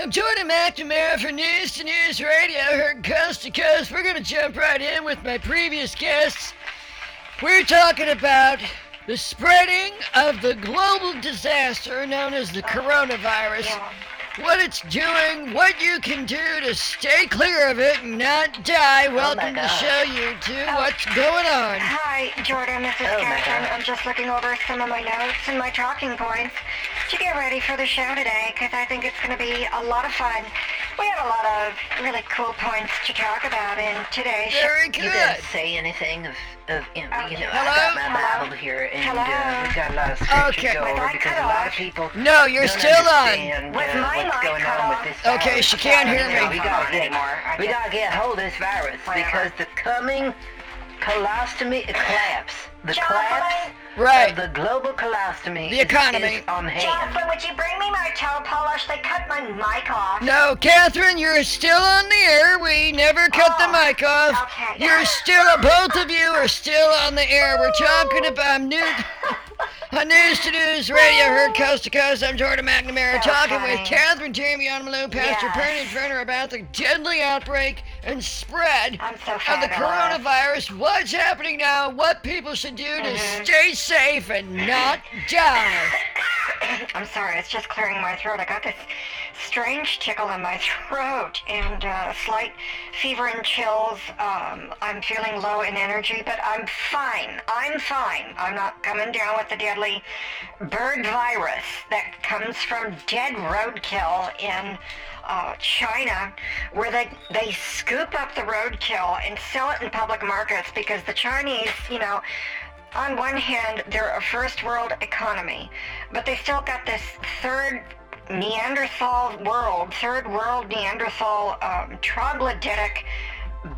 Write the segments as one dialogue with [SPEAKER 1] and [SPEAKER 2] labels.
[SPEAKER 1] I'm Jordan McNamara for News to News Radio, heard coast to coast. We're going to jump right in with my previous guests. We're talking about the spreading of the global disaster known as the coronavirus, what it's doing, what you can do to stay clear of it and not
[SPEAKER 2] Oh
[SPEAKER 1] die. Welcome to
[SPEAKER 3] God.
[SPEAKER 1] show you two what's going on.
[SPEAKER 3] Hi, Jordan. This is
[SPEAKER 2] Oh, my
[SPEAKER 3] Catherine.
[SPEAKER 2] God.
[SPEAKER 3] I'm just looking over some of my notes and my talking points to get ready for the show today because I think it's going to be a lot of fun. We have a lot of really cool points to talk about in today's show.
[SPEAKER 1] Very
[SPEAKER 2] You didn't
[SPEAKER 1] good. Um,
[SPEAKER 2] say anything of, of you know,
[SPEAKER 3] Oh,
[SPEAKER 2] you know
[SPEAKER 1] hello?
[SPEAKER 2] I got my
[SPEAKER 3] Hello?
[SPEAKER 2] Bible here, and
[SPEAKER 3] Hello?
[SPEAKER 2] uh, we've got a lot of scripture
[SPEAKER 1] Okay.
[SPEAKER 2] to go
[SPEAKER 3] Was
[SPEAKER 2] over
[SPEAKER 3] I
[SPEAKER 2] because
[SPEAKER 3] cut
[SPEAKER 2] a lot of
[SPEAKER 3] off?
[SPEAKER 2] people
[SPEAKER 1] No, you're
[SPEAKER 2] don't
[SPEAKER 1] still on.
[SPEAKER 2] understand,
[SPEAKER 3] Was
[SPEAKER 2] uh,
[SPEAKER 3] my
[SPEAKER 2] what's
[SPEAKER 3] mic
[SPEAKER 2] going
[SPEAKER 3] cut
[SPEAKER 2] on
[SPEAKER 3] off?
[SPEAKER 2] with this virus.
[SPEAKER 1] Okay, she can't hear
[SPEAKER 2] So
[SPEAKER 1] me.
[SPEAKER 2] We gotta get
[SPEAKER 3] Anymore. I
[SPEAKER 2] we
[SPEAKER 3] just-
[SPEAKER 2] gotta get hold of this virus
[SPEAKER 3] Whatever.
[SPEAKER 2] because the coming colostomy collapse, the
[SPEAKER 3] Jocelyn?
[SPEAKER 2] collapse
[SPEAKER 1] Right.
[SPEAKER 2] of the global colostomy,
[SPEAKER 1] The
[SPEAKER 2] is-
[SPEAKER 1] economy.
[SPEAKER 2] is on hand.
[SPEAKER 3] Jocelyn, would you bring me my toe polish? They cut my mic off.
[SPEAKER 1] No, Catherine, you're still on the air. We never cut the
[SPEAKER 3] Oh,
[SPEAKER 1] mic off.
[SPEAKER 3] okay.
[SPEAKER 1] You're still, both of you are still on the air. We're talking about new, on News to News Radio, heard coast to coast. I'm Jordan McNamara,
[SPEAKER 3] So
[SPEAKER 1] talking with
[SPEAKER 3] funny.
[SPEAKER 1] Catherine Jamie Onamaloo, Pastor
[SPEAKER 3] Yes.
[SPEAKER 1] Bernie Turner about the deadly outbreak and spread
[SPEAKER 3] I'm so
[SPEAKER 1] of the
[SPEAKER 3] fabulous.
[SPEAKER 1] coronavirus, what's happening now, what people should do to
[SPEAKER 3] Mm-hmm.
[SPEAKER 1] stay safe and not die.
[SPEAKER 3] I'm sorry, it's just clearing my throat. I got this strange tickle in my throat and uh, slight fever and chills. Um, I'm feeling low in energy, but I'm fine. I'm fine. I'm not coming down with the deadly bird virus that comes from dead roadkill in uh, China, where they they scoop up the roadkill and sell it in public markets because the Chinese, you know on one hand, they're a first world economy, but they still got this third Neanderthal world, third world Neanderthal um, troglodytic,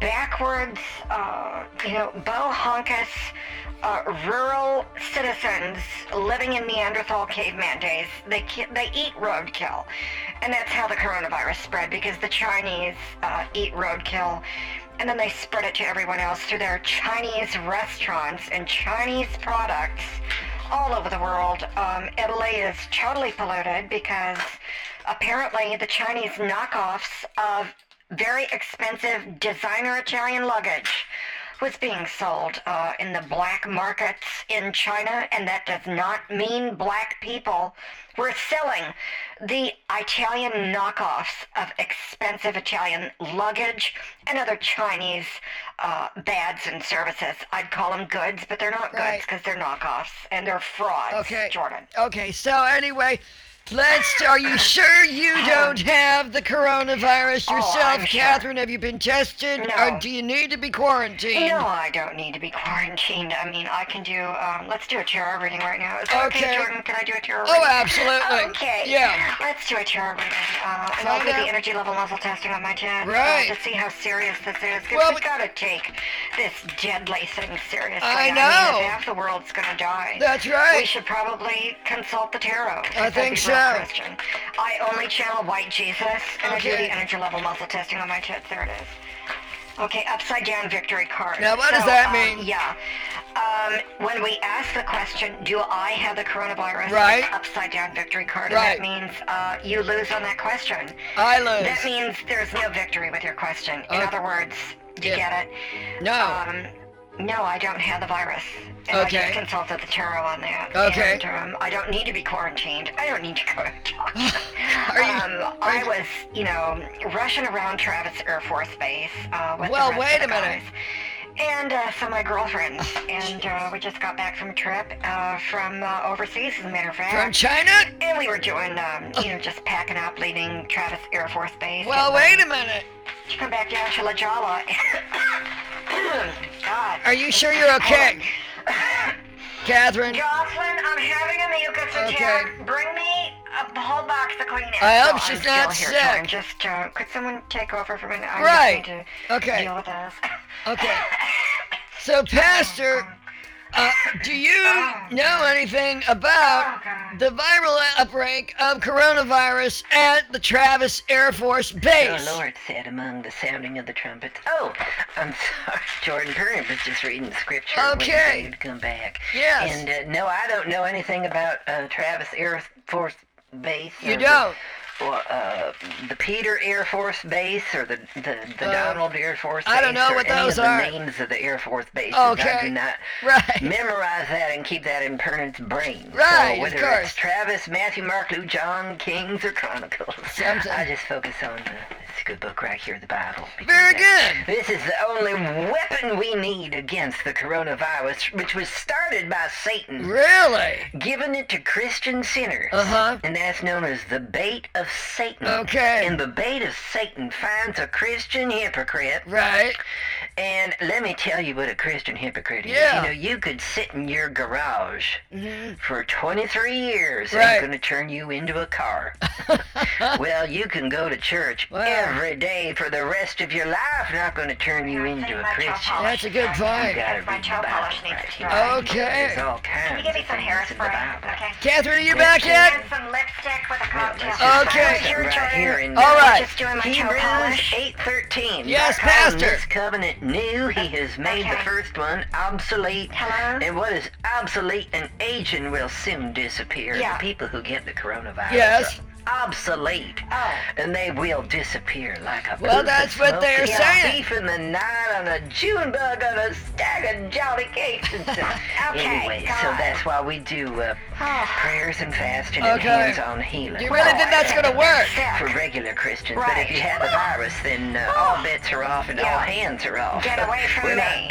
[SPEAKER 3] backwards, uh, you know, bohonkus, uh, rural citizens living in Neanderthal caveman days. They ki- they eat roadkill, and that's how the coronavirus spread because the Chinese uh, eat roadkill and then they spread it to everyone else through their Chinese restaurants and Chinese products all over the world. Um, Italy is totally polluted because apparently the Chinese knockoffs of very expensive designer Italian luggage was being sold uh, in the black markets in China, and that does not mean black people were selling the Italian knockoffs of expensive Italian luggage and other Chinese uh, bads and services. I'd call them goods, but they're not
[SPEAKER 1] Right.
[SPEAKER 3] goods because they're knockoffs and they're frauds.
[SPEAKER 1] Okay.
[SPEAKER 3] Jordan.
[SPEAKER 1] Okay, so anyway, let's. Are you sure you don't have the coronavirus
[SPEAKER 3] Oh,
[SPEAKER 1] yourself,
[SPEAKER 3] I'm sure.
[SPEAKER 1] Catherine? Have you been tested? Or
[SPEAKER 3] No.
[SPEAKER 1] do you need to be quarantined?
[SPEAKER 3] No, I don't need to be quarantined. I mean, I can do. Um, let's do a tarot reading right now. Is that okay,
[SPEAKER 1] Okay.
[SPEAKER 3] Jordan? Can I do a tarot reading?
[SPEAKER 1] Oh, absolutely.
[SPEAKER 3] Okay.
[SPEAKER 1] Yeah.
[SPEAKER 3] Let's do a tarot reading. Uh, and
[SPEAKER 1] Find
[SPEAKER 3] I'll do
[SPEAKER 1] out-
[SPEAKER 3] the energy level muzzle testing on my dad
[SPEAKER 1] Right.
[SPEAKER 3] uh, to see how serious this is. Because
[SPEAKER 1] Well,
[SPEAKER 3] we
[SPEAKER 1] we-
[SPEAKER 3] gotta take this deadly thing seriously.
[SPEAKER 1] I
[SPEAKER 3] mean,
[SPEAKER 1] know.
[SPEAKER 3] if half the world's gonna die.
[SPEAKER 1] That's
[SPEAKER 3] We
[SPEAKER 1] right.
[SPEAKER 3] should probably consult the tarot.
[SPEAKER 1] I
[SPEAKER 3] because
[SPEAKER 1] think
[SPEAKER 3] I'm not
[SPEAKER 1] so.
[SPEAKER 3] Christian. I only channel white Jesus, and I do
[SPEAKER 1] Okay.
[SPEAKER 3] the energy level muzzle testing on my chest. There it is. Okay, upside down victory card.
[SPEAKER 1] Now, what does that
[SPEAKER 3] um,
[SPEAKER 1] mean?
[SPEAKER 3] Yeah. Um, when we ask the question, do I have the coronavirus?
[SPEAKER 1] Right.
[SPEAKER 3] It's Upside down victory card.
[SPEAKER 1] Right.
[SPEAKER 3] And that means uh, you lose on that question.
[SPEAKER 1] I
[SPEAKER 3] That
[SPEAKER 1] lose.
[SPEAKER 3] means there's no victory with your question. In
[SPEAKER 1] Oh.
[SPEAKER 3] other words, you
[SPEAKER 1] Yeah.
[SPEAKER 3] get it?
[SPEAKER 1] No.
[SPEAKER 3] Um, no, I don't have the virus. And I
[SPEAKER 1] Okay.
[SPEAKER 3] just consulted the tarot on that.
[SPEAKER 1] Okay.
[SPEAKER 3] And, um, I don't need to be quarantined. I don't need to go to doctor.
[SPEAKER 1] Are you-
[SPEAKER 3] um,
[SPEAKER 1] are
[SPEAKER 3] I
[SPEAKER 1] you-
[SPEAKER 3] was, you know, rushing around Travis Air Force Base uh, with
[SPEAKER 1] Well,
[SPEAKER 3] the rest
[SPEAKER 1] wait
[SPEAKER 3] of the
[SPEAKER 1] a minute. Oh,
[SPEAKER 3] guys. And uh, so my girlfriend and uh, we just got back from a trip uh, from uh, overseas, as a matter of fact.
[SPEAKER 1] From China?
[SPEAKER 3] and we were doing, um, you know, just packing up, leaving Travis Air Force Base.
[SPEAKER 1] Well,
[SPEAKER 3] and,
[SPEAKER 1] wait a minute.
[SPEAKER 3] She come back down to La Jolla. God.
[SPEAKER 1] Are you sure you're okay, Catherine?
[SPEAKER 3] Jocelyn, I'm having a mucus
[SPEAKER 1] Okay.
[SPEAKER 3] attack. Bring me a whole box of Kleenex.
[SPEAKER 1] I hope
[SPEAKER 3] No,
[SPEAKER 1] she's
[SPEAKER 3] Oh, I'm
[SPEAKER 1] not
[SPEAKER 3] still here, Jordan.
[SPEAKER 1] sick.
[SPEAKER 3] Just, uh, could someone take over for a minute? I'm
[SPEAKER 1] Right.
[SPEAKER 3] Just need to
[SPEAKER 1] Okay.
[SPEAKER 3] Deal with this.
[SPEAKER 1] Okay. So, Pastor, uh, do you know anything about the viral outbreak of coronavirus at the Travis Air Force Base?
[SPEAKER 3] Oh,
[SPEAKER 2] The Lord said among the sounding of the trumpets. Oh, I'm sorry, Jordan Burnham was just reading the scripture. waiting for
[SPEAKER 1] Okay.
[SPEAKER 2] you to come back.
[SPEAKER 1] Yes.
[SPEAKER 2] And uh, no, I don't know anything about uh, Travis Air Force Base.
[SPEAKER 1] You
[SPEAKER 2] or the
[SPEAKER 1] don't.
[SPEAKER 2] well, uh, the Peter Air Force Base or the the, the
[SPEAKER 1] Uh,
[SPEAKER 2] Donald Air Force Base.
[SPEAKER 1] I don't know
[SPEAKER 2] or
[SPEAKER 1] what
[SPEAKER 2] any
[SPEAKER 1] those
[SPEAKER 2] of the
[SPEAKER 1] are.
[SPEAKER 2] names of the Air Force bases. I
[SPEAKER 1] Okay.
[SPEAKER 2] do not
[SPEAKER 1] Right.
[SPEAKER 2] memorize that and keep that in Pernod's brain.
[SPEAKER 1] Right, of
[SPEAKER 2] So whether
[SPEAKER 1] course.
[SPEAKER 2] it's Travis, Matthew, Mark, Lou, John, Kings, or Chronicles,
[SPEAKER 1] Something.
[SPEAKER 2] I just focus on the, this good book right here, the Bible. because
[SPEAKER 1] Very
[SPEAKER 2] that-
[SPEAKER 1] good.
[SPEAKER 2] This is the only weapon we need against the coronavirus, which was started by Satan,
[SPEAKER 1] Really?
[SPEAKER 2] giving it to Christian sinners.
[SPEAKER 1] Uh-huh.
[SPEAKER 2] And that's known as the bait of Satan.
[SPEAKER 1] Okay.
[SPEAKER 2] And the bait of Satan finds a Christian hypocrite
[SPEAKER 1] Right.
[SPEAKER 2] and let me tell you what a Christian hypocrite is.
[SPEAKER 1] Yeah. Mm.
[SPEAKER 2] You know, you could sit in your garage for 23 years and
[SPEAKER 1] Right.
[SPEAKER 2] it's going to turn you into a car. well, you can go to church
[SPEAKER 1] Wow.
[SPEAKER 2] every day for the rest of your life, not going to turn you into a
[SPEAKER 3] My child
[SPEAKER 2] Christian.
[SPEAKER 3] polish
[SPEAKER 1] That's a good point.
[SPEAKER 3] is
[SPEAKER 2] You
[SPEAKER 3] done.
[SPEAKER 2] gotta
[SPEAKER 3] My
[SPEAKER 2] read the
[SPEAKER 3] child
[SPEAKER 2] Bible
[SPEAKER 3] polish needs
[SPEAKER 2] right
[SPEAKER 3] to
[SPEAKER 2] here.
[SPEAKER 3] dry.
[SPEAKER 1] Okay.
[SPEAKER 2] There's all kinds
[SPEAKER 3] Can you give me
[SPEAKER 2] of
[SPEAKER 3] some
[SPEAKER 2] things in the
[SPEAKER 3] hairspray?
[SPEAKER 2] Bible.
[SPEAKER 3] Okay.
[SPEAKER 1] Catherine, are you back yet?
[SPEAKER 3] And some lipstick with a
[SPEAKER 2] Yeah, let's
[SPEAKER 3] cocktail.
[SPEAKER 2] just
[SPEAKER 1] Okay.
[SPEAKER 2] focus
[SPEAKER 3] Your
[SPEAKER 2] on Right
[SPEAKER 3] turn.
[SPEAKER 2] here in
[SPEAKER 1] All
[SPEAKER 2] the-
[SPEAKER 1] right.
[SPEAKER 3] I'm just doing my child
[SPEAKER 2] Hebrews
[SPEAKER 3] polish.
[SPEAKER 2] eight thirteen.
[SPEAKER 1] Yes, Pastor.
[SPEAKER 2] This covenant new, he has made the
[SPEAKER 3] Okay.
[SPEAKER 2] first one obsolete.
[SPEAKER 3] Hello?
[SPEAKER 2] And what is obsolete and aging will soon disappear.
[SPEAKER 3] Yeah.
[SPEAKER 2] The people who get the coronavirus
[SPEAKER 1] Yes.
[SPEAKER 2] are obsolete.
[SPEAKER 3] Oh.
[SPEAKER 2] And they will disappear like a
[SPEAKER 1] Well,
[SPEAKER 2] puff of
[SPEAKER 1] that's what
[SPEAKER 2] smoke
[SPEAKER 1] they're
[SPEAKER 2] in
[SPEAKER 1] saying.
[SPEAKER 2] Beef in the night on a June bug on a stack of jolly cakes. And stuff.
[SPEAKER 3] Okay,
[SPEAKER 2] anyway, so
[SPEAKER 3] God.
[SPEAKER 2] that's why we do uh,
[SPEAKER 3] Oh.
[SPEAKER 2] prayers and fasting and
[SPEAKER 1] Okay.
[SPEAKER 2] hands-on healing.
[SPEAKER 1] You really think that's gonna work?
[SPEAKER 2] for
[SPEAKER 3] Sick.
[SPEAKER 2] regular Christians, but
[SPEAKER 3] Right. Oh.
[SPEAKER 2] if you have the virus, then uh, all bets are off and all
[SPEAKER 3] Yeah.
[SPEAKER 2] hands are off.
[SPEAKER 3] Get away from
[SPEAKER 2] We're
[SPEAKER 3] me.
[SPEAKER 2] not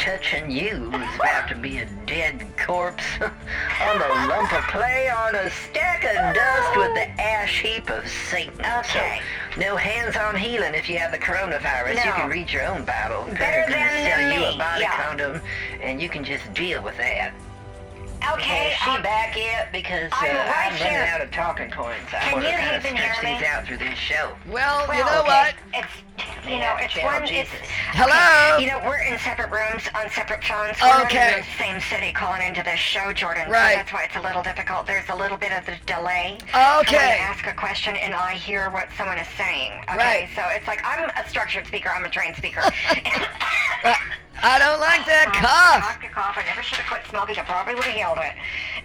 [SPEAKER 2] touching you. It's about to be a dead corpse on the lump of clay on a stack of dust with the ash heap of Satan. Uh,
[SPEAKER 3] Okay.
[SPEAKER 2] So, no hands-on healing if you have the coronavirus. You
[SPEAKER 3] No.
[SPEAKER 2] can read your own Bible.
[SPEAKER 3] Better
[SPEAKER 2] They're gonna
[SPEAKER 3] than
[SPEAKER 2] sell you
[SPEAKER 3] me,
[SPEAKER 2] a body
[SPEAKER 3] yeah.
[SPEAKER 2] condom, and you can just deal with that.
[SPEAKER 3] Okay.
[SPEAKER 2] Is she
[SPEAKER 3] um,
[SPEAKER 2] back yet? Because uh,
[SPEAKER 3] I'm
[SPEAKER 2] I'm,
[SPEAKER 3] right
[SPEAKER 2] running
[SPEAKER 3] here.
[SPEAKER 2] out of talking points. I
[SPEAKER 3] Can
[SPEAKER 2] want
[SPEAKER 3] you
[SPEAKER 2] to kind of
[SPEAKER 3] even
[SPEAKER 2] stretch
[SPEAKER 3] hear me?
[SPEAKER 2] these out through this show.
[SPEAKER 1] Well, you
[SPEAKER 3] well,
[SPEAKER 1] know
[SPEAKER 3] okay.
[SPEAKER 1] what?
[SPEAKER 3] It's you know it's
[SPEAKER 2] Yeah,
[SPEAKER 3] one
[SPEAKER 2] Jesus.
[SPEAKER 3] it's
[SPEAKER 1] Hello?
[SPEAKER 3] You know we're in separate rooms on separate phones. We're
[SPEAKER 1] Okay.
[SPEAKER 3] Not in the same city calling into this show, Jordan.
[SPEAKER 1] Right.
[SPEAKER 3] So that's why it's a little difficult. There's a little bit of a delay. When I
[SPEAKER 1] Okay.
[SPEAKER 3] ask a question and I hear what someone is saying. Okay.
[SPEAKER 1] Right.
[SPEAKER 3] So it's like I'm a structured speaker. I'm a trained speaker.
[SPEAKER 1] Uh, I don't like that cough.
[SPEAKER 3] Doctor cough. I never should have quit smoking. I probably would have healed it.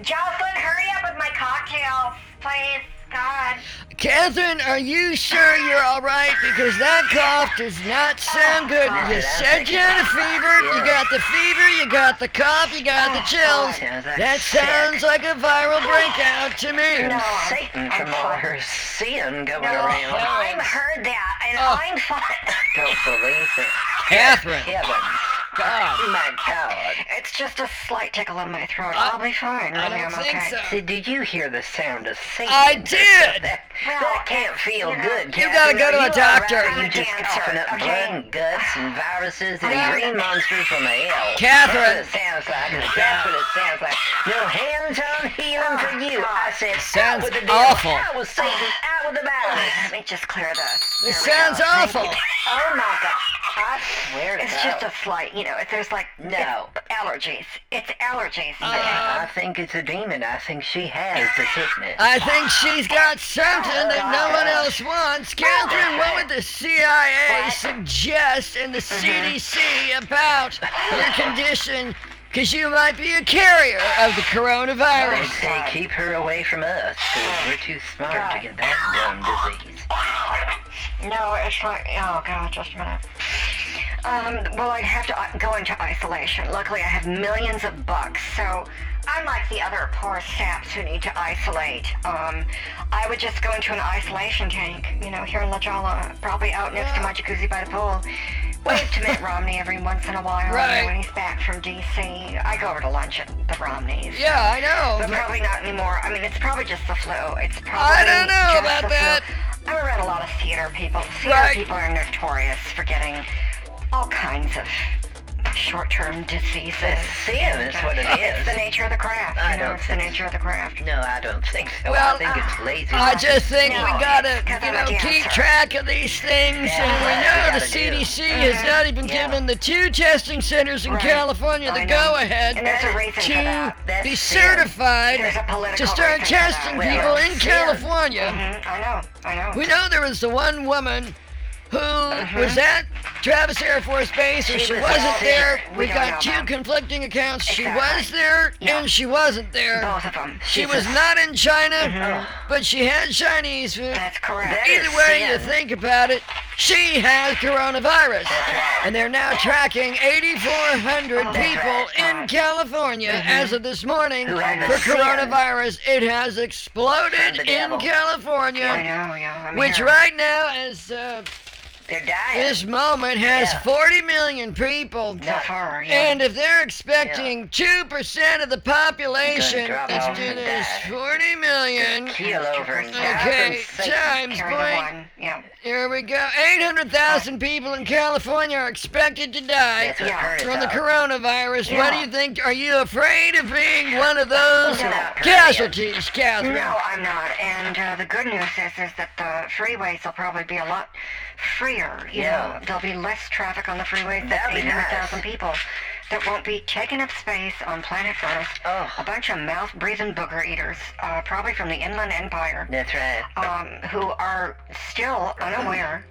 [SPEAKER 3] Jocelyn, hurry up with my cocktails, please. God.
[SPEAKER 1] Catherine, are you sure you're all right? Because that cough does not sound good. You said you had a fever. You got the fever. You got the cough. You got the
[SPEAKER 3] Oh,
[SPEAKER 1] chills. That sounds like a viral breakout to me.
[SPEAKER 3] No, I'm-
[SPEAKER 2] Satan
[SPEAKER 3] I'm
[SPEAKER 2] from all
[SPEAKER 3] fine.
[SPEAKER 2] her sin going
[SPEAKER 3] No,
[SPEAKER 2] around.
[SPEAKER 3] I'm heard that, and
[SPEAKER 1] Oh.
[SPEAKER 3] I'm fine.
[SPEAKER 2] Don't believe it.
[SPEAKER 1] Catherine,
[SPEAKER 2] Heaven.
[SPEAKER 1] God.
[SPEAKER 2] Oh my God.
[SPEAKER 3] It's just a slight tickle in my throat.
[SPEAKER 1] I-
[SPEAKER 3] I'll be fine.
[SPEAKER 1] I
[SPEAKER 3] Really,
[SPEAKER 1] don't
[SPEAKER 3] I'm
[SPEAKER 1] think
[SPEAKER 3] okay.
[SPEAKER 1] so.
[SPEAKER 2] See, did you hear the sound of Satan?
[SPEAKER 1] I did.
[SPEAKER 2] That,
[SPEAKER 3] Well,
[SPEAKER 2] that can't feel
[SPEAKER 3] you know,
[SPEAKER 2] good.
[SPEAKER 1] You gotta
[SPEAKER 2] Catherine.
[SPEAKER 1] go to a
[SPEAKER 2] Are you all
[SPEAKER 1] doctor.
[SPEAKER 3] I'm
[SPEAKER 2] right?
[SPEAKER 3] a
[SPEAKER 2] You just
[SPEAKER 3] dancer,
[SPEAKER 2] coughing up
[SPEAKER 3] okay?
[SPEAKER 2] blood and guts and viruses and
[SPEAKER 3] Yeah.
[SPEAKER 2] green monsters from hell.
[SPEAKER 1] Catherine.
[SPEAKER 2] That's what it sounds like. That's what it sounds like. No hands-on healing for you. I said, out
[SPEAKER 1] Sounds
[SPEAKER 2] with the devil,
[SPEAKER 1] awful.
[SPEAKER 2] Out with Satan. Out with the virus.
[SPEAKER 3] Let me just clear this.
[SPEAKER 1] This
[SPEAKER 3] There we go.
[SPEAKER 1] sounds awful.
[SPEAKER 3] Oh my god.
[SPEAKER 2] I swear to
[SPEAKER 3] It's
[SPEAKER 2] God.
[SPEAKER 3] just a slight, you know, if there's like
[SPEAKER 2] No.
[SPEAKER 3] it's allergies. It's allergies.
[SPEAKER 1] Uh,
[SPEAKER 3] Uh,
[SPEAKER 2] I think it's a demon. I think she has the sickness.
[SPEAKER 3] Oh,
[SPEAKER 1] I think she's got something that no one else wants. Catherine, what would the CIA suggest and the
[SPEAKER 3] Mm-hmm.
[SPEAKER 1] CDC about your condition? Because you might be a carrier of the
[SPEAKER 2] They
[SPEAKER 1] coronavirus.
[SPEAKER 2] say keep her away from us 'cause we're too smart to get that dumb disease.
[SPEAKER 3] no, it's like oh god, just a minute. Um, well, I'd have to uh, go into isolation. Luckily, I have millions of bucks, so unlike the other poor saps who need to isolate, um, I would just go into an isolation tank. You know, here in La Jolla, probably out next to my jacuzzi by the pool. Wave to Mitt Romney every once in a while you know,
[SPEAKER 1] Right.
[SPEAKER 3] when he's back from D.C. I go over to lunch at the Romneys.
[SPEAKER 1] Yeah, I know.
[SPEAKER 3] But probably not anymore. I mean, it's probably just the flu. It's probably
[SPEAKER 1] I don't know
[SPEAKER 3] just
[SPEAKER 1] about
[SPEAKER 3] the
[SPEAKER 1] that.
[SPEAKER 3] Flu. I'm around a lot of theater people. Theater
[SPEAKER 1] Right.
[SPEAKER 3] people are notorious for getting all kinds of short-term diseases.
[SPEAKER 2] It's sin is what it
[SPEAKER 3] It's the
[SPEAKER 2] is.
[SPEAKER 3] nature of the craft.
[SPEAKER 2] I
[SPEAKER 3] you know,
[SPEAKER 2] don't
[SPEAKER 3] it's the
[SPEAKER 2] think-
[SPEAKER 3] nature of the craft.
[SPEAKER 2] No, I don't think so.
[SPEAKER 1] Well,
[SPEAKER 2] I think it's
[SPEAKER 3] uh,
[SPEAKER 2] lazy.
[SPEAKER 1] I just think we
[SPEAKER 3] No,
[SPEAKER 1] gotta,
[SPEAKER 3] it's 'cause
[SPEAKER 1] you
[SPEAKER 3] I'm
[SPEAKER 1] know,
[SPEAKER 3] a
[SPEAKER 1] keep
[SPEAKER 3] dancer.
[SPEAKER 1] track of these things.
[SPEAKER 2] Yeah,
[SPEAKER 1] and we know the
[SPEAKER 2] we gotta do.
[SPEAKER 1] CDC has not even
[SPEAKER 3] Mm-hmm. Yeah.
[SPEAKER 1] given the two testing centers in
[SPEAKER 3] Right.
[SPEAKER 1] California
[SPEAKER 3] I
[SPEAKER 1] the
[SPEAKER 3] know.
[SPEAKER 1] go-ahead
[SPEAKER 3] And there's a reason for
[SPEAKER 1] to
[SPEAKER 3] that.
[SPEAKER 2] That's
[SPEAKER 1] be
[SPEAKER 2] sin.
[SPEAKER 1] certified
[SPEAKER 3] There's a political
[SPEAKER 1] to start
[SPEAKER 3] reason for that. Mm-hmm.
[SPEAKER 1] testing
[SPEAKER 2] Well,
[SPEAKER 1] people in
[SPEAKER 2] sin.
[SPEAKER 1] California.
[SPEAKER 3] Mhm, I know. I know.
[SPEAKER 1] We know there was the one woman who was at Travis Air Force Base, or
[SPEAKER 3] Mm-hmm. She
[SPEAKER 1] she
[SPEAKER 3] was
[SPEAKER 1] wasn't
[SPEAKER 3] all
[SPEAKER 1] there.
[SPEAKER 3] there.
[SPEAKER 1] We
[SPEAKER 3] We don't
[SPEAKER 1] got
[SPEAKER 3] know
[SPEAKER 1] two
[SPEAKER 3] about-
[SPEAKER 1] conflicting accounts. She
[SPEAKER 3] Exactly.
[SPEAKER 1] was there
[SPEAKER 3] Yeah.
[SPEAKER 1] and she wasn't there.
[SPEAKER 3] Both of them.
[SPEAKER 1] She
[SPEAKER 3] She's
[SPEAKER 1] was
[SPEAKER 3] a-
[SPEAKER 1] not in China,
[SPEAKER 3] Mhm.
[SPEAKER 1] but she had Chinese food.
[SPEAKER 3] That's correct.
[SPEAKER 2] Uh-huh. That
[SPEAKER 1] Either
[SPEAKER 2] is
[SPEAKER 1] way you
[SPEAKER 2] sin.
[SPEAKER 1] think about it, she has coronavirus.
[SPEAKER 3] right.
[SPEAKER 1] And they're now tracking 8,400
[SPEAKER 3] Oh, that's
[SPEAKER 1] people
[SPEAKER 3] right.
[SPEAKER 1] in California as of this morning
[SPEAKER 2] Mm-hmm. Who
[SPEAKER 1] for
[SPEAKER 2] had the sin.
[SPEAKER 1] coronavirus. It has exploded
[SPEAKER 2] From the
[SPEAKER 1] in
[SPEAKER 2] devil.
[SPEAKER 3] I
[SPEAKER 1] California,
[SPEAKER 3] know, yeah. I'm
[SPEAKER 1] which
[SPEAKER 3] here.
[SPEAKER 1] right now, as uh,
[SPEAKER 2] They're dying.
[SPEAKER 1] this moment, has
[SPEAKER 2] Yeah.
[SPEAKER 1] 40 million people.
[SPEAKER 3] So far, yeah.
[SPEAKER 1] And if they're expecting 2% of the population,
[SPEAKER 2] drop
[SPEAKER 1] it's
[SPEAKER 2] off
[SPEAKER 1] doing
[SPEAKER 2] and
[SPEAKER 1] is
[SPEAKER 2] die.
[SPEAKER 1] 40 million.
[SPEAKER 2] Keel over and die
[SPEAKER 1] Okay,
[SPEAKER 2] from Satan.
[SPEAKER 1] times
[SPEAKER 3] Carry the
[SPEAKER 1] point
[SPEAKER 3] one. Yeah.
[SPEAKER 1] Here we go. 800,000 people in California are expected to die
[SPEAKER 2] That's what
[SPEAKER 3] Yeah.
[SPEAKER 2] hurt
[SPEAKER 1] from the
[SPEAKER 2] us.
[SPEAKER 1] coronavirus. What do
[SPEAKER 3] Yeah.
[SPEAKER 1] you think? Are you afraid of being one of those
[SPEAKER 3] No.
[SPEAKER 1] casualties, Catherine?
[SPEAKER 3] No, I'm not. And uh, the good news is, is that the freeways will probably be a lot freer. You
[SPEAKER 2] Yeah.
[SPEAKER 3] know, there'll be less traffic on the freeways.
[SPEAKER 2] That'd
[SPEAKER 3] That's
[SPEAKER 2] be nice.
[SPEAKER 3] 800,000 people that won't be taking up space on planet Earth.
[SPEAKER 2] Oh.
[SPEAKER 3] A bunch of mouth-breathing booger eaters, uh, probably from the Inland Empire.
[SPEAKER 2] That's right.
[SPEAKER 3] Um, who are still unaware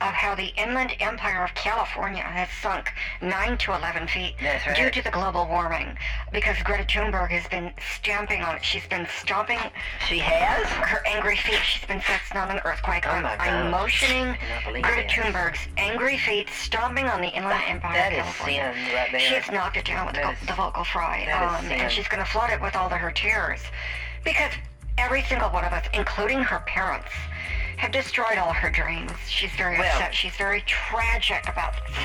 [SPEAKER 3] of how the inland empire of California has sunk 9 to 11 feet
[SPEAKER 2] That's right.
[SPEAKER 3] due to the global warming because Greta Thunberg has been stamping on it. She's been stomping
[SPEAKER 2] She has?
[SPEAKER 3] her angry feet. She's been sensing on an earthquake.
[SPEAKER 2] Oh
[SPEAKER 3] I'm,
[SPEAKER 2] my
[SPEAKER 3] I'm
[SPEAKER 2] God.
[SPEAKER 3] motioning
[SPEAKER 2] Cannot believe
[SPEAKER 3] Greta
[SPEAKER 2] that.
[SPEAKER 3] Thunberg's angry feet stomping on the Inland Empire
[SPEAKER 2] That
[SPEAKER 3] of
[SPEAKER 2] is
[SPEAKER 3] California.
[SPEAKER 2] sin right there.
[SPEAKER 3] She's knocked it down with
[SPEAKER 2] That
[SPEAKER 3] the,
[SPEAKER 2] is-
[SPEAKER 3] the vocal fry,
[SPEAKER 2] that is
[SPEAKER 3] um,
[SPEAKER 2] sin.
[SPEAKER 3] and she's going to flood it with all of her tears, because every single one of us, including her parents, have destroyed all her dreams. She's very
[SPEAKER 2] Well-
[SPEAKER 3] upset. She's very tragic about this.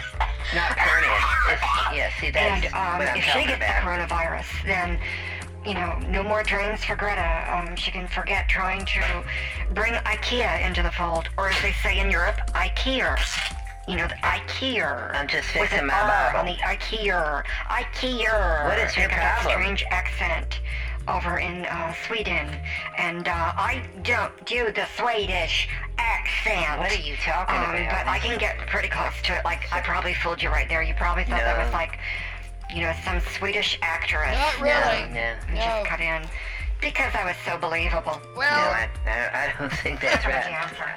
[SPEAKER 2] Not permanent. It's- Yeah, see, that's
[SPEAKER 3] And um,
[SPEAKER 2] what I'm
[SPEAKER 3] if she
[SPEAKER 2] talking
[SPEAKER 3] gets the
[SPEAKER 2] about.
[SPEAKER 3] coronavirus, then you know, no more dreams for Greta. Um, she can forget trying to bring IKEA into the fold, or as they say in Europe, IKEA. You know, the IKEA.
[SPEAKER 2] I'm just
[SPEAKER 3] with
[SPEAKER 2] fixing
[SPEAKER 3] an
[SPEAKER 2] my
[SPEAKER 3] R
[SPEAKER 2] Bible.
[SPEAKER 3] on the IKEA. IKEA.
[SPEAKER 2] What is your
[SPEAKER 3] They got a
[SPEAKER 2] problem?
[SPEAKER 3] Strange accent over in uh, Sweden, and uh, I don't do the Swedish accent.
[SPEAKER 2] What are you talking
[SPEAKER 3] Um, but
[SPEAKER 2] about?
[SPEAKER 3] I can get pretty close to it. Like I probably fooled you right there. You probably thought that was
[SPEAKER 2] No.
[SPEAKER 3] like, you know, some Swedish actress.
[SPEAKER 1] Not really.
[SPEAKER 2] No,
[SPEAKER 3] who
[SPEAKER 1] No.
[SPEAKER 3] Just cut in because I was so believable.
[SPEAKER 2] No,
[SPEAKER 1] Well,
[SPEAKER 2] I, I, I don't think that's right.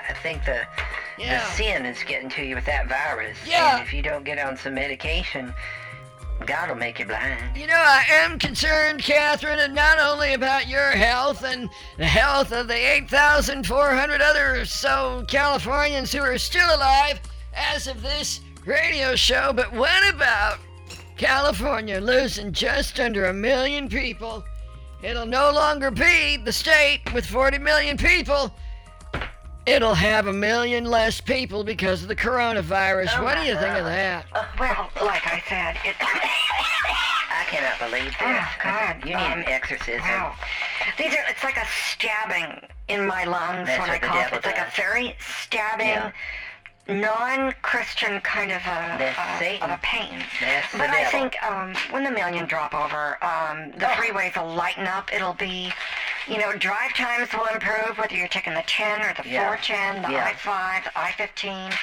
[SPEAKER 2] I think the
[SPEAKER 1] Yeah.
[SPEAKER 2] the sin is getting to you with that virus.
[SPEAKER 1] Yeah.
[SPEAKER 2] And if you don't get on some medication, God will make you blind.
[SPEAKER 1] You know, I am concerned, Catherine, and not only about your health and the health of the 8,400 other or so Californians who are still alive as of this radio show, but what about California losing just under a million people? It'll no longer be the state with 40 million people. It'll have a million less people because of the coronavirus.
[SPEAKER 2] Oh
[SPEAKER 1] what do
[SPEAKER 2] my
[SPEAKER 1] you think of
[SPEAKER 2] God.
[SPEAKER 1] that?
[SPEAKER 3] Uh, Well, like I said, it.
[SPEAKER 2] I cannot believe this.
[SPEAKER 3] Oh, God.
[SPEAKER 2] You need
[SPEAKER 3] Um,
[SPEAKER 2] an exorcism.
[SPEAKER 3] Wow. These are, it's like a stabbing in my lungs
[SPEAKER 2] That's
[SPEAKER 3] when
[SPEAKER 2] what
[SPEAKER 3] I
[SPEAKER 2] the
[SPEAKER 3] cough.
[SPEAKER 2] devil
[SPEAKER 3] It's like a
[SPEAKER 2] does.
[SPEAKER 3] very stabbing,
[SPEAKER 2] Yeah.
[SPEAKER 3] non-Christian kind of a,
[SPEAKER 2] That's
[SPEAKER 3] a,
[SPEAKER 2] Satan.
[SPEAKER 3] of a pain.
[SPEAKER 2] That's the
[SPEAKER 3] but I
[SPEAKER 2] devil.
[SPEAKER 3] think um, when the million drop over, um,
[SPEAKER 2] Oh.
[SPEAKER 3] the freeways will lighten up. It'll be, you know, drive times will improve, whether you're taking the 10 or the
[SPEAKER 2] Yeah.
[SPEAKER 3] 410, the
[SPEAKER 2] Yeah.
[SPEAKER 3] I-5, the I-15.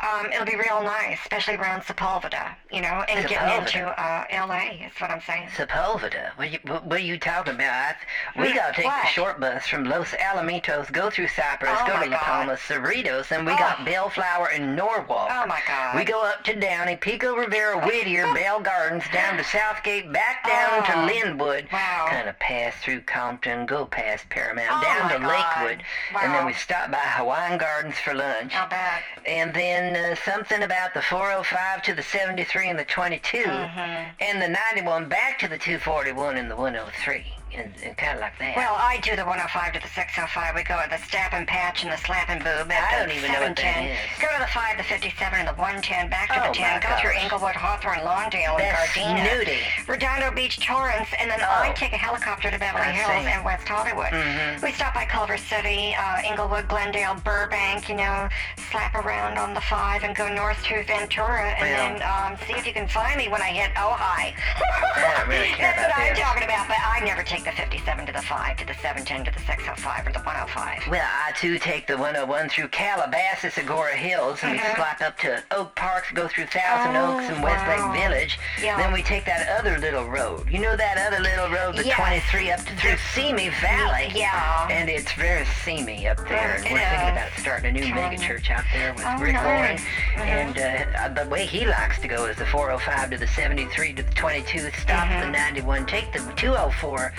[SPEAKER 3] Um, it'll be real nice, especially around Sepulveda, you know, and getting
[SPEAKER 2] Sepulveda.
[SPEAKER 3] into uh, L.A. is what I'm saying.
[SPEAKER 2] Sepulveda. What you, what, what are you talking about? I, we gotta take
[SPEAKER 3] What?
[SPEAKER 2] the short bus from Los Alamitos, go through Cyprus,
[SPEAKER 3] Oh,
[SPEAKER 2] go
[SPEAKER 3] my
[SPEAKER 2] to La
[SPEAKER 3] God.
[SPEAKER 2] Palma, Cerritos, and we
[SPEAKER 3] Oh.
[SPEAKER 2] got Bellflower and Norwalk.
[SPEAKER 3] Oh, my God.
[SPEAKER 2] We go up to Downey, Pico Rivera, Whittier, Bell Gardens, down to Southgate, back down
[SPEAKER 3] Oh.
[SPEAKER 2] to Linwood,
[SPEAKER 3] Wow.
[SPEAKER 2] kind of pass through Compton, go past Paramount,
[SPEAKER 3] Oh
[SPEAKER 2] down
[SPEAKER 3] my
[SPEAKER 2] to
[SPEAKER 3] God.
[SPEAKER 2] Lakewood, and then
[SPEAKER 3] Wow. Oh.
[SPEAKER 2] we stop by Hawaiian Gardens for lunch.
[SPEAKER 3] I'll bet.
[SPEAKER 2] And then uh, something about the 405 to the 73 and the 22,
[SPEAKER 3] Mm-hmm.
[SPEAKER 2] and the 91 back to the 241 and the 103, and, and kind of like that.
[SPEAKER 3] Well, I do the 105 to the 605. We go to the stab and patch and the slap and boob. At
[SPEAKER 2] I
[SPEAKER 3] the
[SPEAKER 2] don't even know what that
[SPEAKER 3] 710.
[SPEAKER 2] is.
[SPEAKER 3] Go to the 5, the 57, and the 110. Back to
[SPEAKER 2] Oh,
[SPEAKER 3] the 10.
[SPEAKER 2] my
[SPEAKER 3] Go through
[SPEAKER 2] gosh.
[SPEAKER 3] Inglewood, Hawthorne, Longdale, and
[SPEAKER 2] That's
[SPEAKER 3] Gardena.
[SPEAKER 2] snooty.
[SPEAKER 3] Redondo Beach, Torrance, and then
[SPEAKER 2] Oh.
[SPEAKER 3] I take a helicopter to Beverly
[SPEAKER 2] I
[SPEAKER 3] Hills
[SPEAKER 2] see. Mm-hmm.
[SPEAKER 3] and West Hollywood. We stop by Culver City, uh, Inglewood, Glendale, Burbank, you know, slap around on the 5 and go north to Ventura and
[SPEAKER 2] Well.
[SPEAKER 3] then um, see if you can find me when I hit Ojai.
[SPEAKER 2] I don't really care
[SPEAKER 3] That's
[SPEAKER 2] about
[SPEAKER 3] what I'm
[SPEAKER 2] this.
[SPEAKER 3] talking about, but I never take take the 57 to the 5 to the 710 to the 605 or the 105.
[SPEAKER 2] Well, I too take the 101 through Calabasas, Agora Hills, and we slide up to Oak Park, go through Thousand
[SPEAKER 3] Uh-huh. Oh,
[SPEAKER 2] Oaks and Westlake
[SPEAKER 3] wow.
[SPEAKER 2] Village.
[SPEAKER 3] Yeah.
[SPEAKER 2] Then we take that other little road. You know that other little road, the
[SPEAKER 3] Yes.
[SPEAKER 2] 23 up to through Simi Valley.
[SPEAKER 3] Yeah.
[SPEAKER 2] And it's very seamy up there. And
[SPEAKER 3] It
[SPEAKER 2] we're thinking
[SPEAKER 3] is.
[SPEAKER 2] about starting a new mega church out there with
[SPEAKER 3] Oh,
[SPEAKER 2] Rick
[SPEAKER 3] nice.
[SPEAKER 2] Warren. And uh, the way he likes to go is the 405 to the 73 to the 22, stop
[SPEAKER 3] Mm-hmm.
[SPEAKER 2] the 91, take the 204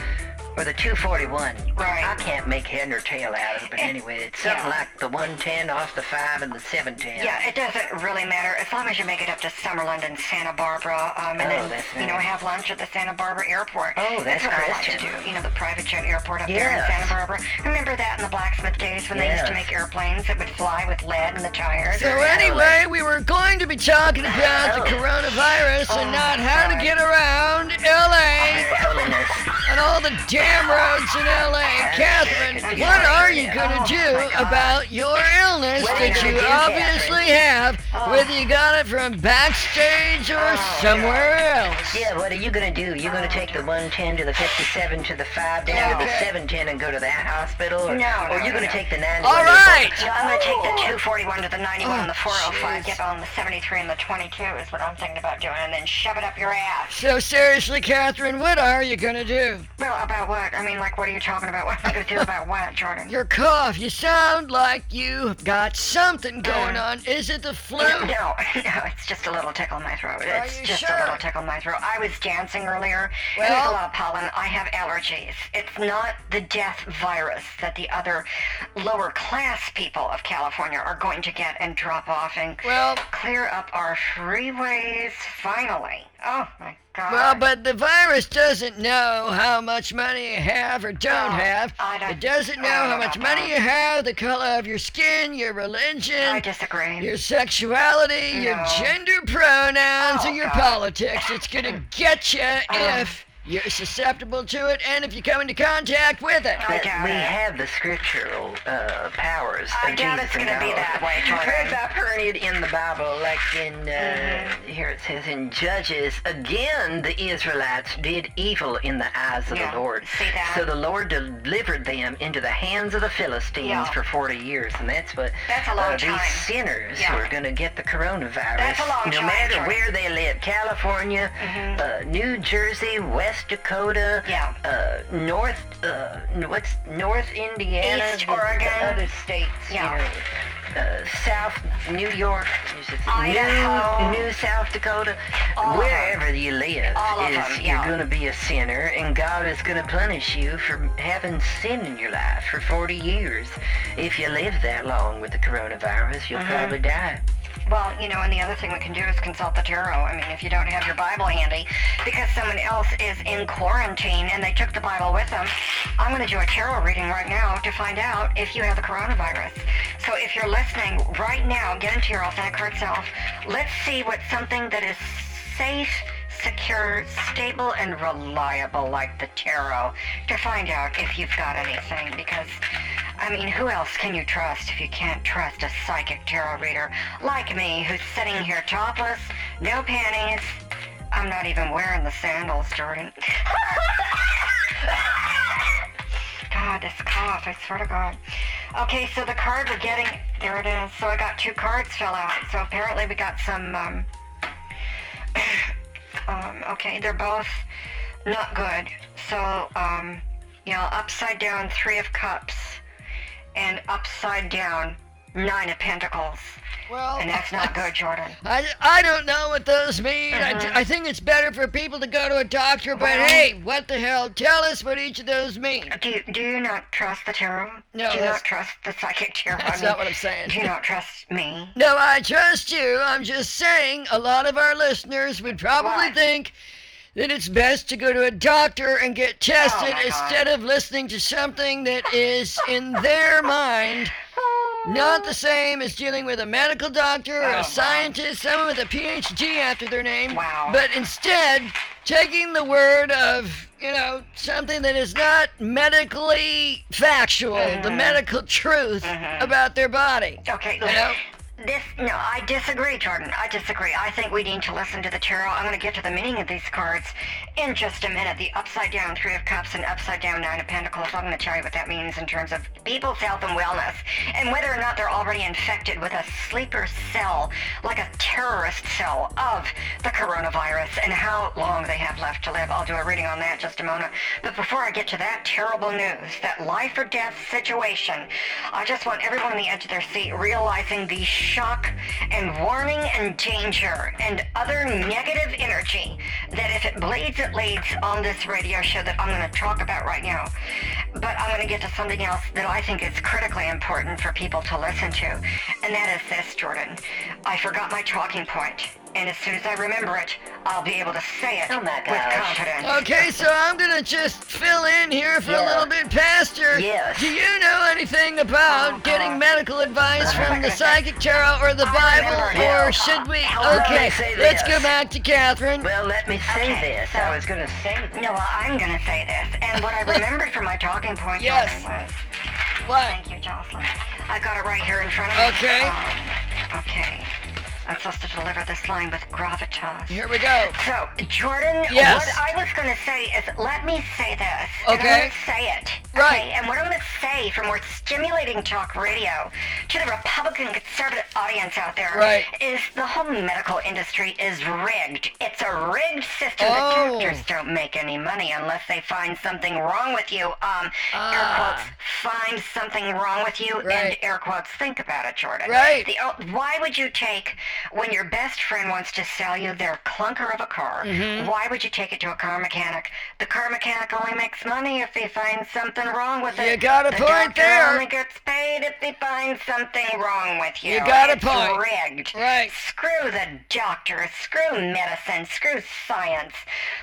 [SPEAKER 2] or the 241.
[SPEAKER 3] Right. Eh,
[SPEAKER 2] I can't make head or tail out of it, but anyway, it's something
[SPEAKER 3] Yeah.
[SPEAKER 2] like the 110 off the 5 and the 710.
[SPEAKER 3] Yeah, it doesn't really matter as long as you make it up to Summerland and Santa Barbara, um, and
[SPEAKER 2] Oh,
[SPEAKER 3] then
[SPEAKER 2] that's
[SPEAKER 3] you know
[SPEAKER 2] nice.
[SPEAKER 3] have lunch at the Santa Barbara Airport.
[SPEAKER 2] Oh, that's
[SPEAKER 3] what I
[SPEAKER 2] Christian.
[SPEAKER 3] like to do. You know the private jet airport up there in
[SPEAKER 2] Yes.
[SPEAKER 3] Santa Barbara. Remember that in the blacksmith days when they used to
[SPEAKER 2] Yes.
[SPEAKER 3] make airplanes that would fly with lead in the tires?
[SPEAKER 1] So anyway, we were going to be talking about the
[SPEAKER 2] Oh.
[SPEAKER 1] coronavirus
[SPEAKER 3] Oh,
[SPEAKER 1] and not how to
[SPEAKER 3] sorry.
[SPEAKER 1] get around LA
[SPEAKER 2] Your Holiness.
[SPEAKER 1] and all the damn roads in LA. Catherine,
[SPEAKER 2] I'm
[SPEAKER 1] what
[SPEAKER 2] sorry.
[SPEAKER 1] are you
[SPEAKER 3] Oh,
[SPEAKER 1] gonna
[SPEAKER 3] my
[SPEAKER 1] do
[SPEAKER 3] God.
[SPEAKER 1] about your illness
[SPEAKER 2] What are you
[SPEAKER 1] that
[SPEAKER 2] gonna
[SPEAKER 1] you
[SPEAKER 2] do,
[SPEAKER 1] obviously have,
[SPEAKER 3] Oh.
[SPEAKER 1] whether you got it from backstage or
[SPEAKER 3] Oh,
[SPEAKER 1] somewhere else?
[SPEAKER 2] Yeah, what are you gonna do? You gonna take the 110 to the 57 to the 5 down to the
[SPEAKER 1] Okay.
[SPEAKER 2] 710 and go to that hospital? Or,
[SPEAKER 3] No, no,
[SPEAKER 2] or you gonna
[SPEAKER 3] no.
[SPEAKER 2] take the 91
[SPEAKER 1] All
[SPEAKER 2] to the-
[SPEAKER 1] right.
[SPEAKER 3] So I'm gonna take the
[SPEAKER 2] Oh.
[SPEAKER 3] 241 to the 91 and the
[SPEAKER 1] jeez.
[SPEAKER 3] 405, get on the 73 and the 22 is what I'm thinking about doing, and then shove it up your ass.
[SPEAKER 1] So seriously, Catherine, what are you gonna do?
[SPEAKER 3] Well, about what? I mean, like, what are you talking about? What am I gonna do about what, Jordan?
[SPEAKER 1] Your cough, you sound like you've got something going on. Is it the flu?
[SPEAKER 3] No, no, it's just a little tickle in my throat.
[SPEAKER 1] Are
[SPEAKER 3] It's
[SPEAKER 1] you
[SPEAKER 3] just
[SPEAKER 1] sure?
[SPEAKER 3] a little tickle in my throat. I was dancing earlier. and there's
[SPEAKER 1] Well-
[SPEAKER 3] a lot of pollen. I have allergies. It's not the death virus that the other lower class people of California are going to get and drop off and
[SPEAKER 1] Well-
[SPEAKER 3] clear up our freeways finally. Oh my God.
[SPEAKER 1] Well, but the virus doesn't know how much money you have or don't
[SPEAKER 3] Oh,
[SPEAKER 1] have.
[SPEAKER 3] I don't-
[SPEAKER 1] it doesn't know
[SPEAKER 3] I don't
[SPEAKER 1] how
[SPEAKER 3] know
[SPEAKER 1] much
[SPEAKER 3] about
[SPEAKER 1] money you
[SPEAKER 3] that.
[SPEAKER 1] have, the color of your skin, your
[SPEAKER 3] I
[SPEAKER 1] religion,
[SPEAKER 3] disagree.
[SPEAKER 1] your sexuality, your
[SPEAKER 3] No.
[SPEAKER 1] gender pronouns,
[SPEAKER 3] Oh,
[SPEAKER 1] and your
[SPEAKER 3] God.
[SPEAKER 1] politics. It's going to get you
[SPEAKER 3] Um.
[SPEAKER 1] if you're susceptible to it and if you come into contact with it.
[SPEAKER 3] I
[SPEAKER 2] But
[SPEAKER 3] doubt
[SPEAKER 2] we
[SPEAKER 3] it.
[SPEAKER 2] have the scriptural uh, powers.
[SPEAKER 3] I
[SPEAKER 2] of
[SPEAKER 3] doubt
[SPEAKER 2] Jesus
[SPEAKER 3] it's gonna
[SPEAKER 2] and
[SPEAKER 3] be
[SPEAKER 2] all.
[SPEAKER 3] that way, Jordan.
[SPEAKER 2] Because I've heard it in the Bible, like in, uh,
[SPEAKER 3] Mm-hmm.
[SPEAKER 2] here it says in Judges, again the Israelites did evil in the eyes of
[SPEAKER 3] Yeah,
[SPEAKER 2] the Lord.
[SPEAKER 3] see that?
[SPEAKER 2] So the Lord delivered them into the hands of the Philistines
[SPEAKER 3] Yeah.
[SPEAKER 2] for 40 years, and that's what
[SPEAKER 3] That's a long
[SPEAKER 2] uh, these
[SPEAKER 3] time.
[SPEAKER 2] sinners
[SPEAKER 3] Yeah.
[SPEAKER 2] were going to get the coronavirus.
[SPEAKER 3] That's a long
[SPEAKER 2] no
[SPEAKER 3] time,
[SPEAKER 2] matter
[SPEAKER 3] Jordan.
[SPEAKER 2] where they live, California, uh, New Jersey, West Dakota,
[SPEAKER 3] Yeah.
[SPEAKER 2] uh, North, uh, n- what's North Indiana,
[SPEAKER 3] East
[SPEAKER 2] the-
[SPEAKER 3] Oregon.
[SPEAKER 2] the other states,
[SPEAKER 3] Yeah.
[SPEAKER 2] you know, uh, South New York, is it
[SPEAKER 3] Idaho.
[SPEAKER 2] New, New South Dakota,
[SPEAKER 3] All of 'em.
[SPEAKER 2] wherever you live,
[SPEAKER 3] All of
[SPEAKER 2] is
[SPEAKER 3] 'em,
[SPEAKER 2] you're
[SPEAKER 3] yeah.
[SPEAKER 2] going to be a sinner, and God is going to punish you for having sin in your life for 40 years. If you live that long with the coronavirus,
[SPEAKER 3] Mm-hmm.
[SPEAKER 2] you'll probably die.
[SPEAKER 3] Well, you know, and the other thing we can do is consult the tarot. I mean, if you don't have your Bible handy, because someone else is in quarantine and they took the Bible with them, I'm going to do a tarot reading right now to find out if you have the coronavirus. So if you're listening right now, get into your authentic heart self. Let's see what something that is safe, secure, stable, and reliable like the tarot to find out if you've got anything because I mean, who else can you trust if you can't trust a psychic tarot reader like me who's sitting here topless, no panties? I'm not even wearing the sandals, Jordan. God, this cough, I swear to God. Okay, so the card we're getting, there it is. So I got two cards fell out. So apparently we got some, um, um, okay, they're both not good. So, um, you know, upside down, three of cups, and upside down, nine of pentacles.
[SPEAKER 1] Well,
[SPEAKER 3] And that's not good, Jordan.
[SPEAKER 1] I, I don't know what those mean. I I, think it's better for people to go to a doctor, but
[SPEAKER 3] Uh-huh. Well-
[SPEAKER 1] hey, what the hell? Tell us what each of those mean.
[SPEAKER 3] Do you, do you not trust the tarot?
[SPEAKER 1] No,
[SPEAKER 3] Do you
[SPEAKER 1] that's-
[SPEAKER 3] not trust the psychic tarot? I
[SPEAKER 1] That's
[SPEAKER 3] mean,
[SPEAKER 1] not what I'm saying.
[SPEAKER 3] Do you not trust me?
[SPEAKER 1] No, I trust you. I'm just saying a lot of our listeners would probably
[SPEAKER 3] What?
[SPEAKER 1] think that it's best to go to a doctor and get tested
[SPEAKER 3] Oh, my God.
[SPEAKER 1] instead of listening to something that is in their mind not the same as dealing with a medical doctor or
[SPEAKER 3] Oh, wow.
[SPEAKER 1] a scientist, someone with a PhD after their name.
[SPEAKER 3] Wow.
[SPEAKER 1] But instead, taking the word of, you know, something that is not
[SPEAKER 3] Mm-hmm.
[SPEAKER 1] medically factual, the medical truth about their body.
[SPEAKER 3] Okay,
[SPEAKER 1] You know?
[SPEAKER 3] This no, I disagree, Jordan. I disagree. I think we need to listen to the tarot. I'm going to get to the meaning of these cards in just a minute. The upside down three of cups and upside down nine of pentacles. I'm going to tell you what that means in terms of people's health and wellness, and whether or not they're already infected with a sleeper cell, like a terrorist cell of the coronavirus, and how long they have left to live. I'll do a reading on that in just a moment. But before I get to that terrible news, that life or death situation, I just want everyone on the edge of their seat realizing the shock and warning and danger and other negative energy that if it bleeds, it leads on this radio show that I'm going to talk about right now. But I'm going to get to something else that I think is critically important for people to listen to, and that is this, Jordan. I forgot my talking point, and as soon as I remember it, I'll be able to say it
[SPEAKER 2] Oh my
[SPEAKER 3] with
[SPEAKER 2] gosh.
[SPEAKER 3] confidence.
[SPEAKER 1] Okay, so I'm gonna just fill in here for a
[SPEAKER 2] Yeah.
[SPEAKER 1] little bit, Pastor.
[SPEAKER 2] Yes. Uh-huh.
[SPEAKER 1] Do you know anything about
[SPEAKER 3] Oh, God.
[SPEAKER 1] getting medical advice from the psychic tarot or the
[SPEAKER 3] I
[SPEAKER 1] Bible,
[SPEAKER 3] remember
[SPEAKER 2] now.
[SPEAKER 1] or should we?
[SPEAKER 3] Help
[SPEAKER 2] me
[SPEAKER 1] Okay,
[SPEAKER 2] say
[SPEAKER 1] let's
[SPEAKER 2] this.
[SPEAKER 1] go back to Catherine.
[SPEAKER 2] Well, let me say
[SPEAKER 3] Okay,
[SPEAKER 2] this.
[SPEAKER 3] so-
[SPEAKER 2] I was going to say this.
[SPEAKER 3] No, well, I'm going to say this. And what I remembered from my talking point
[SPEAKER 1] Yes.
[SPEAKER 3] Jordan, was
[SPEAKER 1] What?
[SPEAKER 3] Thank you, Jocelyn. I've got it right here in front of me.
[SPEAKER 1] Okay.
[SPEAKER 3] Um, okay. I'm supposed to deliver this line with gravitas.
[SPEAKER 1] Here we go.
[SPEAKER 3] So, Jordan,
[SPEAKER 1] Yes.
[SPEAKER 3] what I was going to say is let me say this. And
[SPEAKER 1] Okay.
[SPEAKER 3] I'm going to say it.
[SPEAKER 1] Right.
[SPEAKER 3] Okay? And what I'm going to say from more stimulating talk radio to the Republican conservative audience out there
[SPEAKER 1] Right.
[SPEAKER 3] is the whole medical industry is rigged. It's a rigged system
[SPEAKER 1] Oh.
[SPEAKER 3] that doctors don't make any money unless they find something wrong with you. Um,
[SPEAKER 1] Ah.
[SPEAKER 3] Air quotes, find something wrong with you, and
[SPEAKER 1] Right.
[SPEAKER 3] air quotes, think about it, Jordan.
[SPEAKER 1] Right.
[SPEAKER 3] The o- why would you take when your best friend wants to sell you their clunker of a car?
[SPEAKER 1] Mm-hmm.
[SPEAKER 3] Why would you take it to a car mechanic? The car mechanic only makes money if they find something wrong with it.
[SPEAKER 1] You got a
[SPEAKER 3] the
[SPEAKER 1] point
[SPEAKER 3] doctor
[SPEAKER 1] there.
[SPEAKER 3] Only gets paid if they find something wrong with you.
[SPEAKER 1] You got a
[SPEAKER 3] It's
[SPEAKER 1] point.
[SPEAKER 3] Rigged.
[SPEAKER 1] Right.
[SPEAKER 3] Screw the doctor. Screw medicine. Screw science.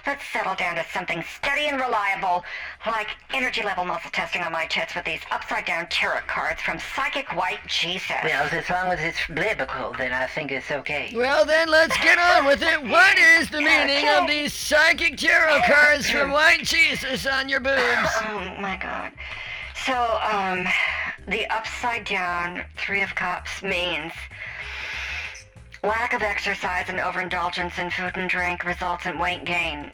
[SPEAKER 3] Let's settle down to something steady and reliable, like energy level muscle testing on my tits with these upside down tarot cards from Psychic White Jesus.
[SPEAKER 2] Well, as long as it's biblical, then I think it's okay.
[SPEAKER 1] Well, then let's get on with it. What is the meaning of these psychic tarot cards from White Jesus on your boobs?
[SPEAKER 3] Oh my god. So, um, the upside down Three of Cups means lack of exercise and overindulgence in food and drink results in weight gain.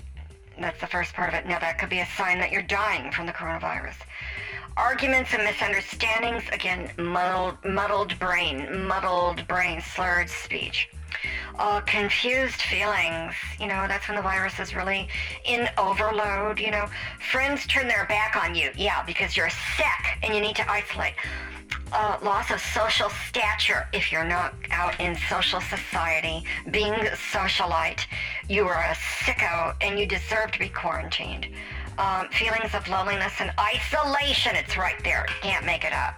[SPEAKER 3] That's the first part of it. Now, that could be a sign that you're dying from the coronavirus. Arguments and misunderstandings, again, muddled, muddled brain, muddled brain, slurred speech. Uh, confused feelings, you know, that's when the virus is really in overload, you know. Friends turn their back on you, yeah, because you're sick and you need to isolate uh, loss of social stature if you're not out in social society being a socialite you are a sicko and you deserve to be quarantined um, feelings of loneliness and isolation it's right there you can't make it up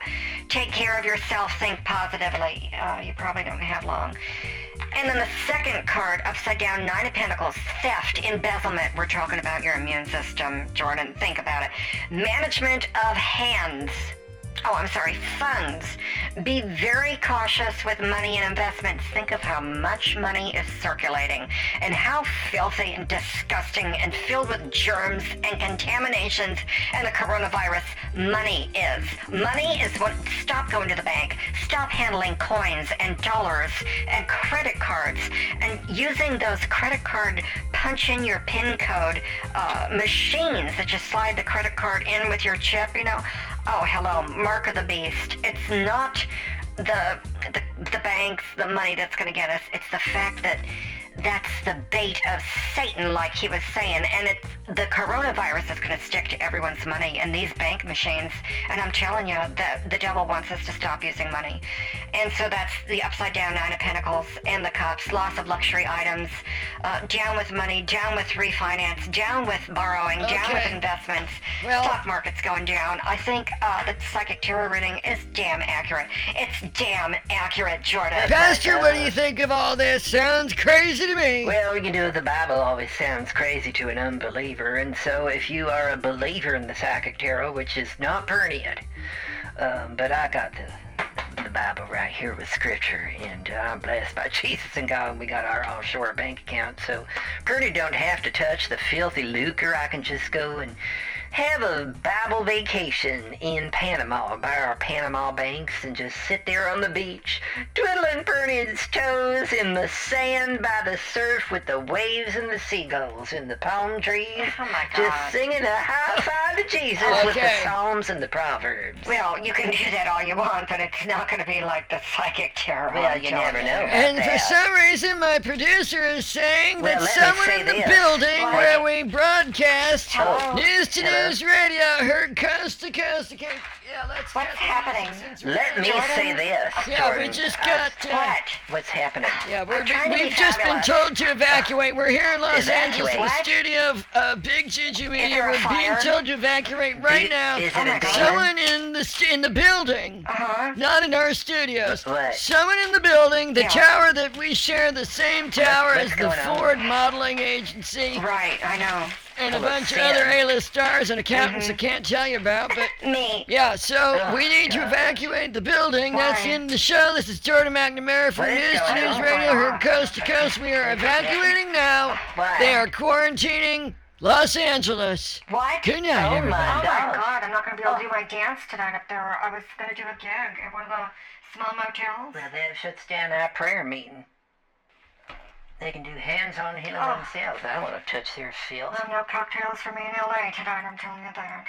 [SPEAKER 3] take care of yourself think positively uh, you probably don't have long and then the second card, upside down, nine of pentacles, theft, embezzlement. We're talking about your immune system, Jordan. Think about it. Management of hands. Oh, I'm sorry, funds. Be very cautious with money and investments. Think of how much money is circulating and how filthy and disgusting and filled with germs and contaminations and the coronavirus money is. Money is what. Stop going to the bank. Stop handling coins and dollars and credit cards and using those credit card punch in your PIN code uh, machines that you slide the credit card in with your chip. You know, oh hello, mark of the beast. It's not the the, the banks, the money that's going to get us. It's the fact that that's the bait of Satan, like he was saying. And it's the coronavirus is going to stick to everyone's money and these bank machines. And I'm telling you, the, the devil wants us to stop using money. And so that's the upside down nine of pentacles and the cups, loss of luxury items, uh, down with money, down with refinance, down with borrowing, down with
[SPEAKER 1] Okay.
[SPEAKER 3] investments.
[SPEAKER 1] Well-
[SPEAKER 3] Stock market's going down. I think uh, the psychic tarot reading is damn accurate. It's damn accurate, Jordan.
[SPEAKER 1] Pastor, what do you think of all this? Sounds crazy to me.
[SPEAKER 2] Well, you know, the Bible always sounds crazy to an unbeliever, and so if you are a believer in the psychic tarot, which is not pertinent, um, but I got the, the Bible right here with scripture, and uh, I'm blessed by Jesus and God, and we got our offshore bank account, so pretty don't have to touch the filthy lucre. I can just go and have a Bible vacation in Panama by our Panama banks and just sit there on the beach, twiddling Pernod's toes in the sand by the surf with the waves and the seagulls and the palm trees.
[SPEAKER 3] Oh my
[SPEAKER 2] Just
[SPEAKER 3] God.
[SPEAKER 2] singing a high five to Jesus with the
[SPEAKER 1] Okay.
[SPEAKER 2] Psalms and the Proverbs.
[SPEAKER 3] Well, you can do that all you want, but it's not going to be like the psychic tarot.
[SPEAKER 2] Well, you
[SPEAKER 3] John.
[SPEAKER 2] never know.
[SPEAKER 1] And
[SPEAKER 2] about
[SPEAKER 1] for
[SPEAKER 2] that.
[SPEAKER 1] some reason, my producer is saying that
[SPEAKER 2] Well, let me
[SPEAKER 1] someone
[SPEAKER 2] say
[SPEAKER 1] in the
[SPEAKER 2] this.
[SPEAKER 1] building
[SPEAKER 3] What?
[SPEAKER 1] where we broadcast
[SPEAKER 3] Hello?
[SPEAKER 1] News to
[SPEAKER 2] Hello?
[SPEAKER 1] News Radio heard coast to coast. to coast. Yeah, let's.
[SPEAKER 3] What's happening?
[SPEAKER 2] Let me
[SPEAKER 3] Jordan?
[SPEAKER 2] say this.
[SPEAKER 1] Yeah, we
[SPEAKER 2] Jordan,
[SPEAKER 1] just
[SPEAKER 2] I-
[SPEAKER 1] got. Uh,
[SPEAKER 3] What?
[SPEAKER 2] What's happening?
[SPEAKER 1] yeah, we're,
[SPEAKER 3] I'm trying to
[SPEAKER 1] we've
[SPEAKER 3] be
[SPEAKER 1] just been
[SPEAKER 3] fabulous.
[SPEAKER 1] told to evacuate. We're here in Los Angeles, in the
[SPEAKER 3] Evacuate?
[SPEAKER 1] studio of uh, Big Gigi Media.
[SPEAKER 3] there a
[SPEAKER 1] We're being
[SPEAKER 3] fire?
[SPEAKER 1] told to evacuate right
[SPEAKER 2] Is-
[SPEAKER 1] now.
[SPEAKER 2] Is it
[SPEAKER 3] Oh my
[SPEAKER 2] a
[SPEAKER 3] God.
[SPEAKER 2] demon?
[SPEAKER 1] Someone in the st- in the building.
[SPEAKER 3] Uh huh.
[SPEAKER 1] Not in our studios.
[SPEAKER 2] What?
[SPEAKER 1] Someone in the building, the
[SPEAKER 3] Yeah.
[SPEAKER 1] tower that we share, the same tower as
[SPEAKER 2] what's
[SPEAKER 1] the
[SPEAKER 2] going on?
[SPEAKER 1] Ford Modeling Agency,
[SPEAKER 3] Right, I know.
[SPEAKER 1] and a
[SPEAKER 2] Full of
[SPEAKER 1] bunch of
[SPEAKER 2] sin.
[SPEAKER 1] other A-list stars and accountants I can't tell you about. But
[SPEAKER 3] Me.
[SPEAKER 1] yeah, so
[SPEAKER 2] Mm-hmm. Oh,
[SPEAKER 1] we need to
[SPEAKER 2] God.
[SPEAKER 1] evacuate the building. That's the
[SPEAKER 3] Why?
[SPEAKER 1] end of the show. This is Jordan McNamara for
[SPEAKER 2] What is
[SPEAKER 1] News to
[SPEAKER 2] going
[SPEAKER 1] News
[SPEAKER 2] on?
[SPEAKER 1] Radio, heard coast to coast. We are evacuating now.
[SPEAKER 2] Why?
[SPEAKER 1] They are quarantining Los Angeles.
[SPEAKER 3] What?
[SPEAKER 1] Good night,
[SPEAKER 2] Oh, my
[SPEAKER 1] everybody.
[SPEAKER 3] Oh my
[SPEAKER 2] God.
[SPEAKER 3] god, I'm not gonna be able to do my dance tonight up there. I was gonna do a gig at one of the small motels.
[SPEAKER 2] Well, that shuts down our prayer meeting. They can do hands on healing
[SPEAKER 3] Oh.
[SPEAKER 2] themselves. I don't want to touch their filth.
[SPEAKER 3] Well, no cocktails for me in LA tonight, I'm telling you that.